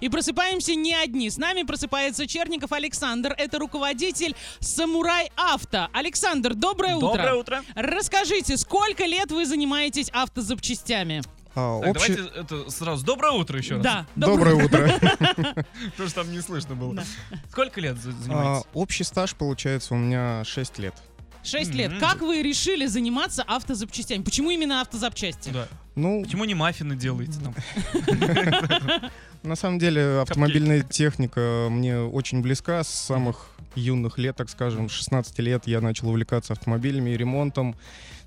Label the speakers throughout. Speaker 1: И просыпаемся не одни. С нами просыпается Черников Александр. Это руководитель Самурай Авто. Александр, доброе утро.
Speaker 2: Доброе утро.
Speaker 1: Расскажите, сколько лет вы занимаетесь автозапчастями?
Speaker 3: А,
Speaker 2: Так,
Speaker 3: общий-
Speaker 2: давайте это сразу. Доброе утро еще раз.
Speaker 1: Да.
Speaker 3: Доброе утро.
Speaker 2: Потому что там не слышно было.
Speaker 1: Да.
Speaker 2: Сколько лет за-
Speaker 3: А,
Speaker 2: занимаетесь?
Speaker 3: Общий стаж получается у меня 6 лет.
Speaker 1: Шесть лет.
Speaker 2: Мгм.
Speaker 1: Как вы решили заниматься автозапчастями? Почему именно автозапчасти?
Speaker 2: Да.
Speaker 3: Ну,
Speaker 2: Почему не маффины делаете там?
Speaker 3: на самом деле автомобильная техника мне очень близка с самых юных лет, так скажем, с 16 лет я начал увлекаться автомобилями и ремонтом.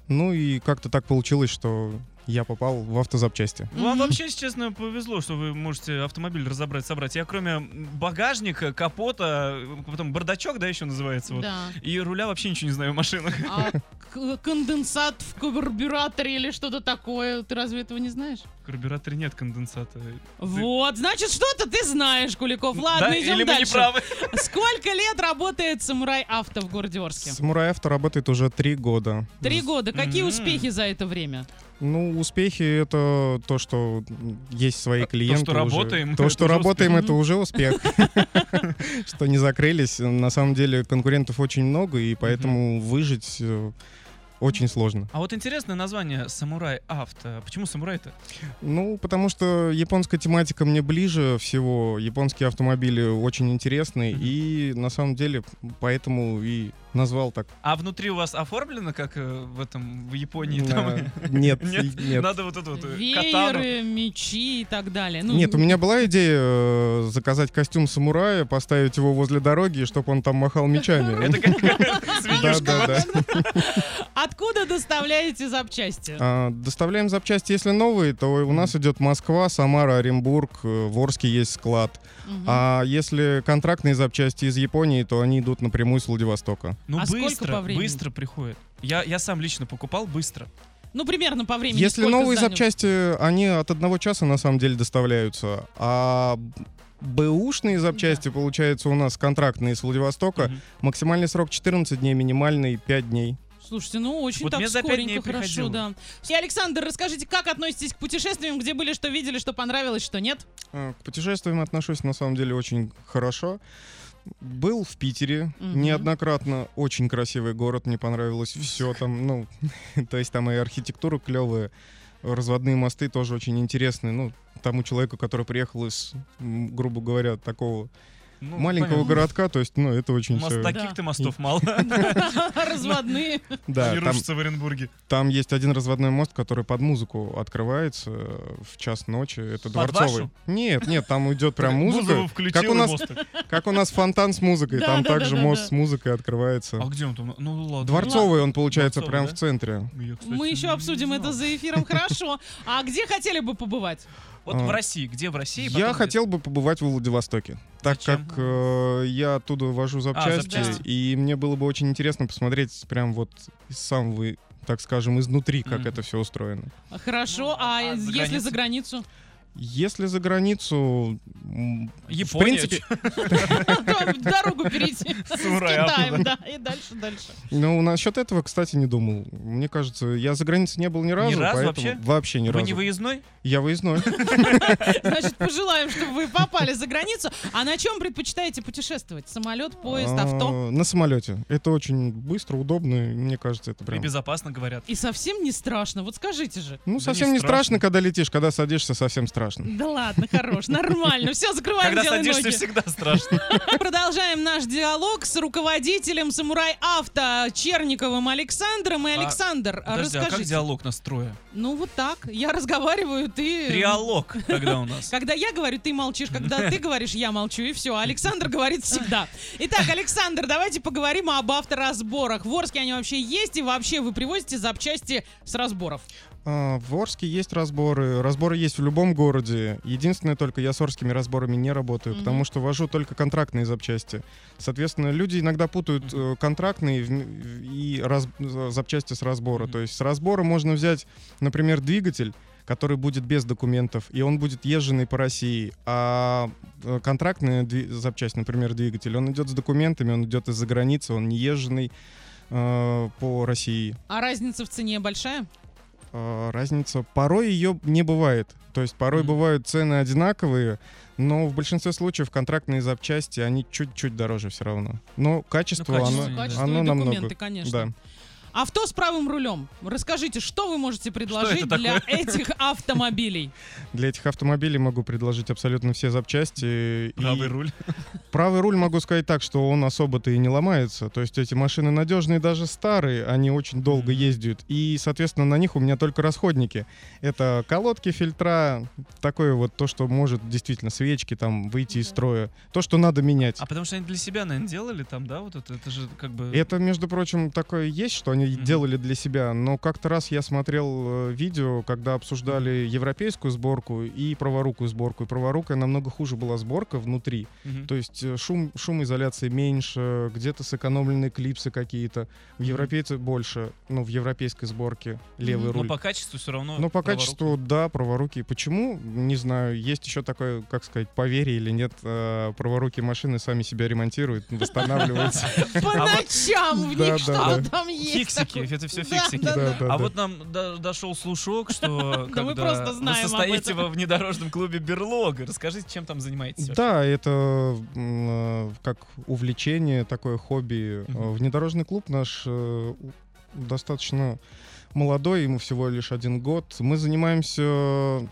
Speaker 3: Ну и как-то так получилось, что я попал в автозапчасти.
Speaker 2: Вам
Speaker 1: Мгм.
Speaker 2: вообще, если честно, повезло, что вы можете автомобиль разобрать, собрать. Я кроме багажника, капота, потом бардачок, да, еще называется, Ну, вот.
Speaker 1: Да.
Speaker 2: И руля вообще ничего не знаю в машинах.
Speaker 1: А к- конденсат в карбюраторе или что-то такое? Ты разве этого не знаешь?
Speaker 2: В карбюраторе нет конденсата.
Speaker 1: Вот, значит, что-то ты знаешь, Куликов. Ладно,
Speaker 2: Ну Да?
Speaker 1: идем
Speaker 2: Или мы не
Speaker 1: ну дальше.
Speaker 2: правы?
Speaker 1: Сколько лет работает самурай авто в городе Орске?
Speaker 3: Самурай Авто работает уже 3 года.
Speaker 1: Три года. Какие
Speaker 2: М.
Speaker 1: успехи за это время?
Speaker 3: Ну, успехи это то, что есть свои
Speaker 2: То,
Speaker 3: клиенты.
Speaker 2: что
Speaker 3: уже.
Speaker 2: работаем,
Speaker 3: То,
Speaker 2: это
Speaker 3: что
Speaker 2: уже
Speaker 3: работаем,
Speaker 1: успех.
Speaker 3: это
Speaker 1: Мгм.
Speaker 3: уже успех. Что не закрылись. На самом деле конкурентов очень много, и поэтому выжить э, очень сложно.
Speaker 2: А вот интересное название «Самурай Авто». Почему «Самурай»-то?
Speaker 3: Ну, потому что японская тематика мне ближе всего. Японские автомобили очень интересны,
Speaker 2: Мгм.
Speaker 3: и на самом деле поэтому и назвал так.
Speaker 2: А внутри у вас оформлено, как э, в этом, в Японии? там?
Speaker 3: Э, Нет,
Speaker 2: Нет,
Speaker 3: нет.
Speaker 2: надо вот эту вот э, катану.
Speaker 1: Вееры, мечи и так далее. Ну,
Speaker 3: Нет, у меня была идея э, заказать костюм самурая, поставить его возле дороги, чтобы он там махал мечами.
Speaker 2: Это как
Speaker 3: Да,
Speaker 2: свинюшка.
Speaker 3: да, да.
Speaker 1: Откуда доставляете запчасти?
Speaker 3: А, Доставляем запчасти, если новые, то у нас идет Москва, Самара, Оренбург, э, в Орске есть склад.
Speaker 1: Мгм.
Speaker 3: А если контрактные запчасти из Японии, то они идут напрямую с Владивостока.
Speaker 2: Ну
Speaker 1: А сколько по
Speaker 2: быстро,
Speaker 1: времени?
Speaker 2: быстро приходит. Я, я сам лично покупал быстро.
Speaker 1: Ну, примерно по времени.
Speaker 3: Если
Speaker 1: сколько
Speaker 3: новые
Speaker 1: заняло?
Speaker 3: запчасти, они от одного часа на самом деле доставляются, а бэушные запчасти, получается, у нас контрактные с Владивостока,
Speaker 2: Мгм.
Speaker 3: максимальный срок 14 дней, минимальный 5 дней.
Speaker 1: Слушайте, ну очень
Speaker 2: Вот
Speaker 1: так
Speaker 2: мне за пять
Speaker 1: скоренько,
Speaker 2: дней
Speaker 1: хорошо,
Speaker 2: приходило.
Speaker 1: да. И, Александр, расскажите, как относитесь к путешествиям, где были, что видели, что понравилось, что нет?
Speaker 3: Э, К путешествиям отношусь на самом деле очень хорошо. Был в Питере
Speaker 1: Мгм.
Speaker 3: неоднократно. Очень красивый город, мне понравилось все там. Ну, то есть там и архитектура клевая, разводные мосты тоже очень интересные. Ну, тому человеку, который приехал из, м, грубо говоря, такого
Speaker 2: Ну,
Speaker 3: маленького
Speaker 2: понятно.
Speaker 3: городка, то есть, ну, это очень
Speaker 2: Мост,
Speaker 3: всё-
Speaker 2: таких то
Speaker 1: Да.
Speaker 2: мостов мало.
Speaker 1: Разводные.
Speaker 3: Да,
Speaker 2: Они
Speaker 3: там,
Speaker 2: рушатся в Оренбурге.
Speaker 3: там есть один разводной мост, который под музыку открывается э, в час ночи. Это
Speaker 2: Под
Speaker 3: дворцовый.
Speaker 2: вашу?
Speaker 3: Нет, нет, там идет прям музыка.
Speaker 2: Бузова включила
Speaker 3: Как у нас
Speaker 2: мост.
Speaker 3: Как у нас фонтан с музыкой,
Speaker 1: Да,
Speaker 3: там
Speaker 1: да,
Speaker 3: также
Speaker 1: да, да,
Speaker 3: мост
Speaker 1: да.
Speaker 3: с музыкой открывается.
Speaker 2: А где он там? Ну ладно.
Speaker 3: Дворцовый он получается
Speaker 2: Дворцовый,
Speaker 3: прям
Speaker 2: да?
Speaker 3: в центре.
Speaker 2: Я, кстати,
Speaker 1: Мы еще
Speaker 2: не
Speaker 1: обсудим
Speaker 2: знал.
Speaker 1: это за эфиром, хорошо. А где хотели бы побывать?
Speaker 2: Вот
Speaker 3: А.
Speaker 2: в России. Где в России? потом
Speaker 3: Я
Speaker 2: где?
Speaker 3: хотел бы побывать во Владивостоке, так
Speaker 2: Зачем? А,
Speaker 3: как э, я оттуда вожу запчасти,
Speaker 2: запчасти.
Speaker 3: и мне было бы очень интересно посмотреть прям вот из самого, так скажем, изнутри, как
Speaker 2: Мгм.
Speaker 3: это все устроено.
Speaker 1: Хорошо,
Speaker 2: Ну,
Speaker 1: а,
Speaker 2: а за
Speaker 1: если
Speaker 2: границу?
Speaker 1: за границу?
Speaker 3: Если за границу, м, в
Speaker 2: Япония.
Speaker 3: принципе,
Speaker 1: То Дорогу перейти с
Speaker 2: Самурай, а
Speaker 1: Китаем, да, и дальше, дальше.
Speaker 3: ну насчет этого, кстати, не думал. Мне кажется, я за границей не был ни разу,
Speaker 2: разу
Speaker 3: поэтому
Speaker 2: вообще?
Speaker 3: ни
Speaker 2: Вы
Speaker 3: разу.
Speaker 2: не выездной?
Speaker 3: Я выездной.
Speaker 1: Значит, пожелаем, чтобы вы попали за границу. А на чем предпочитаете путешествовать? Самолет, поезд, авто?
Speaker 3: А, На самолете. Это очень быстро, удобно, и мне кажется, это
Speaker 2: И
Speaker 3: прям.
Speaker 2: безопасно говорят.
Speaker 1: И совсем не страшно, вот скажите же.
Speaker 3: Ну,
Speaker 2: Да
Speaker 3: совсем
Speaker 2: не
Speaker 3: не страшно,
Speaker 2: страшно.
Speaker 3: когда летишь, когда садишься, совсем страшно.
Speaker 1: Да ладно, хорош, нормально. Все, закрываем,
Speaker 2: Когда
Speaker 1: делай
Speaker 2: садишься,
Speaker 1: ноги.
Speaker 2: всегда страшно.
Speaker 1: Продолжаем наш диалог с руководителем Самурай Авто Черниковым Александром. И
Speaker 2: А,
Speaker 1: Александр,
Speaker 2: Подожди, а как
Speaker 1: расскажите.
Speaker 2: диалог настроя?
Speaker 1: Ну вот так, я разговариваю, ты...
Speaker 2: Триалог тогда у нас.
Speaker 1: Когда я говорю, ты молчишь, когда ты говоришь, я молчу, и все. Александр говорит всегда. Итак, Александр, давайте поговорим об авторазборах. В Орске они вообще есть, и вообще вы привозите запчасти с разборов.
Speaker 3: А, в Орске есть разборы. Разборы есть в любом городе. Единственное только, я с орскими разборами не работаю,
Speaker 1: Мгм.
Speaker 3: потому что вожу только контрактные запчасти. Соответственно, люди иногда путают э, контрактные в- и раз- запчасти с разбора.
Speaker 2: Мгм.
Speaker 3: То есть с разбора можно взять, например, двигатель который будет без документов, и он будет езженный по России. А э, контрактная дви- запчасть, например, двигатель, он идет с документами, он идет из-за границы, он не езженный э, по России.
Speaker 1: А разница в цене большая?
Speaker 3: Э, Разница порой ее не бывает. То есть порой
Speaker 2: Мгм.
Speaker 3: бывают цены одинаковые, Но в большинстве случаев контрактные запчасти, они чуть-чуть дороже все равно. Но качество,
Speaker 2: Ну,
Speaker 1: Качество,
Speaker 2: Оно-
Speaker 1: качество
Speaker 3: оно
Speaker 1: и
Speaker 3: намного-
Speaker 1: документы, конечно.
Speaker 3: оно... Да.
Speaker 1: Авто с правым рулем. Расскажите, что вы можете предложить
Speaker 2: это
Speaker 1: для
Speaker 2: такое?
Speaker 1: этих автомобилей?
Speaker 3: Для этих автомобилей могу предложить абсолютно все запчасти. и-
Speaker 2: Правый руль.
Speaker 3: Правый руль могу сказать так, что он особо-то и не ломается. То есть эти машины надежные, даже старые, они очень долго
Speaker 2: Мгм.
Speaker 3: ездят. И, соответственно, на них у меня только расходники. Это колодки, фильтра, такое вот то, что может действительно свечки там выйти из строя. То, что надо менять.
Speaker 2: А потому что они для себя, наверное, делали там, да? Вот это, это же как бы...
Speaker 3: Это, между прочим, такое есть, что они
Speaker 2: Мгм.
Speaker 3: делали для себя. Но как-то раз я смотрел э, видео, когда обсуждали европейскую сборку и праворукую сборку. И праворукая намного хуже была сборка внутри.
Speaker 2: Мгм.
Speaker 3: То есть э, шум, шум изоляции меньше, где-то сэкономлены клипсы какие-то. В
Speaker 2: Мгм.
Speaker 3: европейце больше, ну, в европейской сборке левый
Speaker 1: Мгм.
Speaker 2: Но
Speaker 3: руль.
Speaker 2: по качеству все равно...
Speaker 3: Но по
Speaker 2: праворук.
Speaker 3: качеству, да, праворуки. Почему? Не знаю. Есть еще такое, как сказать, поверье или нет, э, праворуки машины сами себя ремонтируют, восстанавливаются.
Speaker 1: По
Speaker 2: А вот-
Speaker 1: ночам в них
Speaker 3: Да, да,
Speaker 1: что
Speaker 3: да.
Speaker 1: там есть?
Speaker 2: Фиксики,
Speaker 1: такое?
Speaker 2: это все
Speaker 1: Да,
Speaker 2: фиксики.
Speaker 1: да, да.
Speaker 3: Да, да,
Speaker 2: а
Speaker 3: да.
Speaker 2: вот нам до- дошел слушок, что
Speaker 1: Да мы
Speaker 2: когда
Speaker 1: просто знаем
Speaker 2: вы
Speaker 1: об
Speaker 2: состоите
Speaker 1: этом.
Speaker 2: во внедорожном клубе Берлога. Расскажите, чем там занимаетесь? вообще?
Speaker 3: Да, это м, э, как увлечение, такое хобби.
Speaker 2: Мгм.
Speaker 3: Э, Внедорожный клуб наш э, у- достаточно молодой, ему всего лишь один год. Мы занимаемся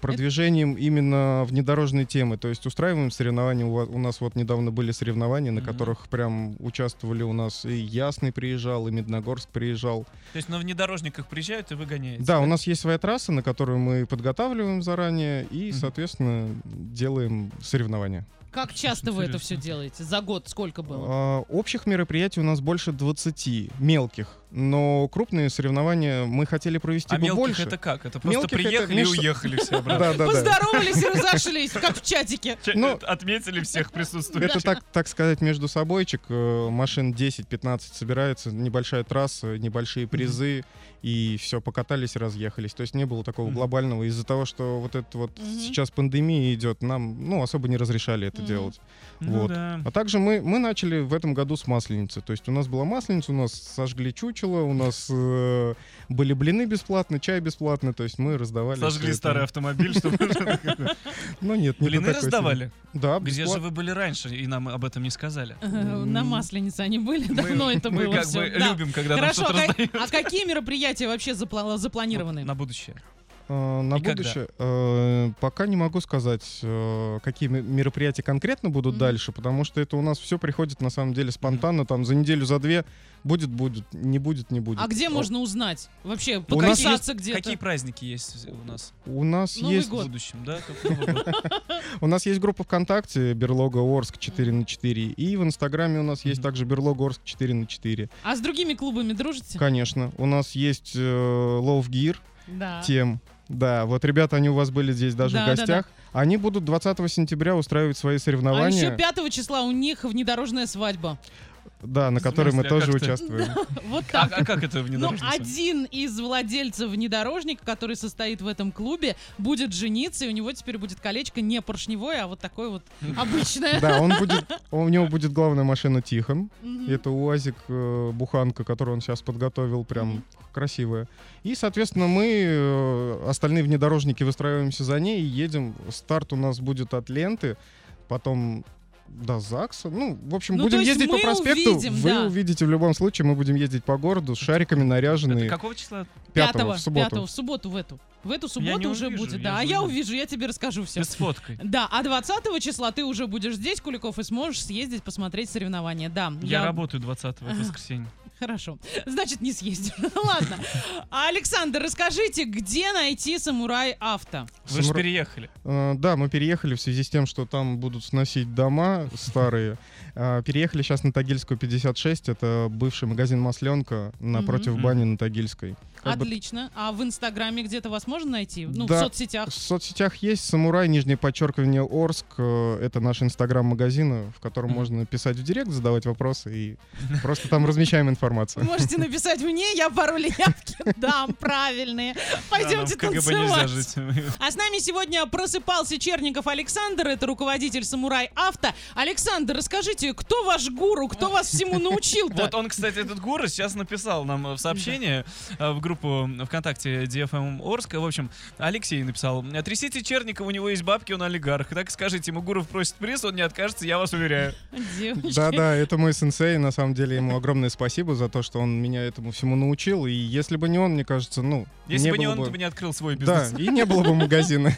Speaker 3: продвижением именно внедорожной темы, то есть устраиваем соревнования. У, ва- у нас вот недавно были соревнования, на
Speaker 2: Мгм.
Speaker 3: которых прям участвовали у нас и Ясный приезжал, и Медногорск приезжал.
Speaker 2: То есть на внедорожниках приезжают и выгоняете?
Speaker 3: Да, у нас есть своя трасса, на которую мы подготавливаем заранее и,
Speaker 2: Мгм.
Speaker 3: соответственно, делаем соревнования.
Speaker 1: Как часто вы это все
Speaker 2: Интересно.
Speaker 1: делаете? За год сколько было?
Speaker 3: А, Общих мероприятий у нас больше 20 мелких, но крупные соревнования мы хотели провести
Speaker 2: А
Speaker 3: бы
Speaker 2: мелких
Speaker 3: типа больше.
Speaker 2: это как? Это просто
Speaker 3: Мелких это,
Speaker 2: приехали и
Speaker 3: конечно-
Speaker 2: уехали все обратно.
Speaker 3: Да, да, да.
Speaker 1: Поздоровались и разошлись, как в чатике.
Speaker 2: Че-
Speaker 3: Ну,
Speaker 2: это Отметили всех присутствующих.
Speaker 3: Это так, так сказать, между собойчик. э, Машин 10-15 собирается, небольшая трасса, небольшие призы, и все, покатались, разъехались. То есть не было такого
Speaker 2: Мгм.
Speaker 3: глобального. Из-за того, что вот это вот
Speaker 1: Мгм.
Speaker 3: сейчас пандемия идет, нам, ну, особо не разрешали это
Speaker 1: Мгм.
Speaker 3: делать.
Speaker 2: Ну
Speaker 3: вот.
Speaker 2: да.
Speaker 3: А также мы, мы начали в этом году с масленицы. То есть у нас была масленица, у нас сожгли чучело, у нас э, были блины бесплатно, чай бесплатно. То есть мы раздавали. всё
Speaker 2: Сожгли
Speaker 3: это.
Speaker 2: старый автомобиль, чтобы...
Speaker 3: Ну нет, не до
Speaker 2: Блины
Speaker 3: такой степени.
Speaker 2: раздавали.
Speaker 3: Да,
Speaker 2: Где же
Speaker 3: бесплатно.
Speaker 2: вы были раньше, и нам об этом не сказали?
Speaker 1: Э, На Масленице они были, давно ну, это
Speaker 2: Мы
Speaker 1: было
Speaker 2: как
Speaker 1: все.
Speaker 2: бы любим, когда нам
Speaker 1: Хорошо,
Speaker 2: что-то
Speaker 1: а,
Speaker 2: раздают.
Speaker 1: ка- а какие мероприятия вообще запла- запланированы?
Speaker 2: На будущее.
Speaker 3: Э, на
Speaker 2: И когда?
Speaker 3: будущее э, пока не могу сказать, э, какие ме- мероприятия конкретно будут
Speaker 1: Мгм.
Speaker 3: дальше, потому что это у нас все приходит на самом деле спонтанно, там за неделю, за две будет, будет, не будет, не будет.
Speaker 1: А где
Speaker 3: О,
Speaker 1: можно узнать? Вообще,
Speaker 3: У нас
Speaker 1: покататься где-то?
Speaker 2: Какие праздники есть у нас
Speaker 3: У нас
Speaker 1: Новый
Speaker 3: есть
Speaker 2: в
Speaker 1: Год.
Speaker 2: будущем, да? как Новый год?
Speaker 3: У нас есть группа ВКонтакте Берлога Орск 4 на 4 и в Инстаграме у нас есть
Speaker 2: Мгм.
Speaker 3: также Берлога Орск 4 на 4
Speaker 1: А с другими клубами дружите?
Speaker 3: Конечно, у нас есть э, Love Gear
Speaker 1: Да.
Speaker 3: тем. Да, вот ребята, они у вас были здесь даже
Speaker 1: А. Да,
Speaker 3: в
Speaker 1: да,
Speaker 3: гостях. Они будут 20 сентября устраивать свои
Speaker 1: А
Speaker 3: соревнования,
Speaker 1: еще 5 числа у них внедорожная свадьба.
Speaker 3: да, на
Speaker 2: В
Speaker 3: которые мы
Speaker 2: смысле, а
Speaker 3: тоже
Speaker 2: как ты?
Speaker 3: участвуем.
Speaker 1: Вот
Speaker 2: А
Speaker 1: так.
Speaker 2: а как это
Speaker 1: Ну,
Speaker 2: внедорожник?
Speaker 1: один из владельцев внедорожника, который состоит в этом клубе, будет жениться, и у него теперь будет колечко не поршневое, а вот такое вот обычное.
Speaker 3: Да, он будет, у него будет главная машина Тихон.
Speaker 1: Мгм.
Speaker 3: Это УАЗик э, Буханка, который он сейчас подготовил, прям
Speaker 1: Мгм.
Speaker 3: красивая. И, соответственно, мы, э, остальные внедорожники, выстраиваемся за ней и едем. Старт у нас будет от ленты, потом до ЗАГСа. Ну, в общем,
Speaker 1: Ну, то
Speaker 3: будем
Speaker 1: есть
Speaker 3: ездить по
Speaker 1: мы
Speaker 3: проспекту.
Speaker 1: увидим,
Speaker 3: Вы
Speaker 1: да.
Speaker 3: увидите в любом случае, мы будем ездить по городу с шариками
Speaker 2: Это
Speaker 3: наряженные.
Speaker 2: какого числа?
Speaker 3: Пятого, в субботу.
Speaker 1: пятого, в субботу в эту. В эту
Speaker 2: не
Speaker 1: субботу уже
Speaker 2: увижу,
Speaker 1: будет,
Speaker 2: я
Speaker 1: да. А
Speaker 2: же
Speaker 1: я
Speaker 2: увижу.
Speaker 1: увижу, я тебе расскажу все.
Speaker 2: С фоткой.
Speaker 1: Да, а 20 числа ты уже будешь здесь, Куликов, и сможешь съездить посмотреть соревнования. Да,
Speaker 2: Я работаю 20-го, это воскресенье.
Speaker 1: Хорошо. Значит, не съездишь. Ну, Ладно. А, Александр, расскажите, где найти самурай авто?
Speaker 2: Вы же
Speaker 3: Самура-
Speaker 2: переехали.
Speaker 3: Э, Да, мы переехали в связи с тем, что там будут сносить дома старые. Э, Переехали сейчас на Тагильскую 56. Это бывший магазин Масленка напротив
Speaker 2: Мгм.
Speaker 3: бани на Тагильской. Как бы
Speaker 1: Отлично. А в Инстаграме где-то вас можно найти? Ну, в
Speaker 3: Да.
Speaker 2: А
Speaker 1: соцсетях.
Speaker 3: В соцсетях есть самурай, нижнее подчеркивание Орск. Э, Это наш инстаграм магазин, в котором
Speaker 2: Мгм.
Speaker 3: можно писать в директ, задавать вопросы и просто там размещаем информация.
Speaker 1: Можете написать мне, я пароли явки дам правильные. Пойдемте
Speaker 2: Да, ну, в КГБ нельзя
Speaker 1: танцевать.
Speaker 2: жить.
Speaker 1: А с нами сегодня просыпался Черников Александр, это руководитель Самурай Авто. Александр, расскажите, кто ваш гуру, кто вас всему научил-то?
Speaker 2: Вот он, кстати, этот гуру сейчас написал нам в сообщение э, в группу ВКонтакте DFM Орск. В общем, Алексей написал. «Э, Трясите Черникова, у него есть бабки, он олигарх. Так и скажите, ему Гуров просит приз, он не откажется, я вас уверяю.
Speaker 1: Девочки.
Speaker 3: Да-да, это мой сенсей, на самом деле ему огромное спасибо за то, что он меня этому всему научил, и если бы не он, мне кажется, ну,
Speaker 2: Если
Speaker 3: не
Speaker 2: бы не
Speaker 3: было
Speaker 2: он, ты бы не открыл свой
Speaker 3: Да,
Speaker 2: бизнес.
Speaker 3: и не было бы магазина.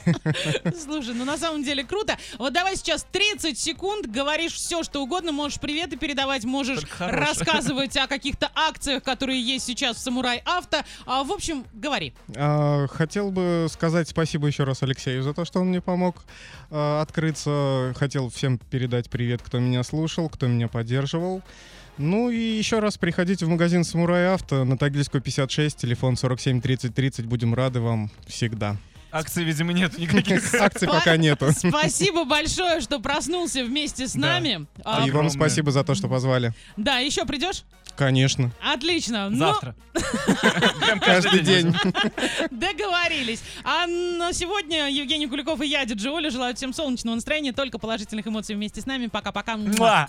Speaker 1: Слушай, ну на самом деле круто. Вот давай сейчас 30 секунд, говоришь все, что угодно, можешь приветы передавать, можешь
Speaker 2: Только хорошее.
Speaker 1: рассказывать о каких-то акциях, которые есть сейчас в Самурай Авто. А, в общем, говори.
Speaker 3: А, Хотел бы сказать спасибо еще раз Алексею за то, что он мне помог а, открыться. Хотел всем передать привет, кто меня слушал, кто меня поддерживал. Ну и еще раз приходите в магазин «Самурай Авто» на Тагильскую 56, телефон 47 30 30. Будем рады вам всегда.
Speaker 2: Акций, видимо, нету никаких.
Speaker 3: Акций пока нету.
Speaker 1: Спасибо большое, что проснулся вместе с
Speaker 2: Да.
Speaker 1: нами. А,
Speaker 3: И вам
Speaker 2: Огромное.
Speaker 3: спасибо за то, что позвали.
Speaker 1: да, еще придешь?
Speaker 3: Конечно.
Speaker 1: Отлично. Ну,
Speaker 2: Завтра. Прям
Speaker 3: Каждый день.
Speaker 1: Договорились. А на сегодня Евгений Куликов и я, Диджи Оля, желаю всем солнечного настроения, только положительных эмоций вместе с нами. Пока-пока. Муа.
Speaker 2: Муа.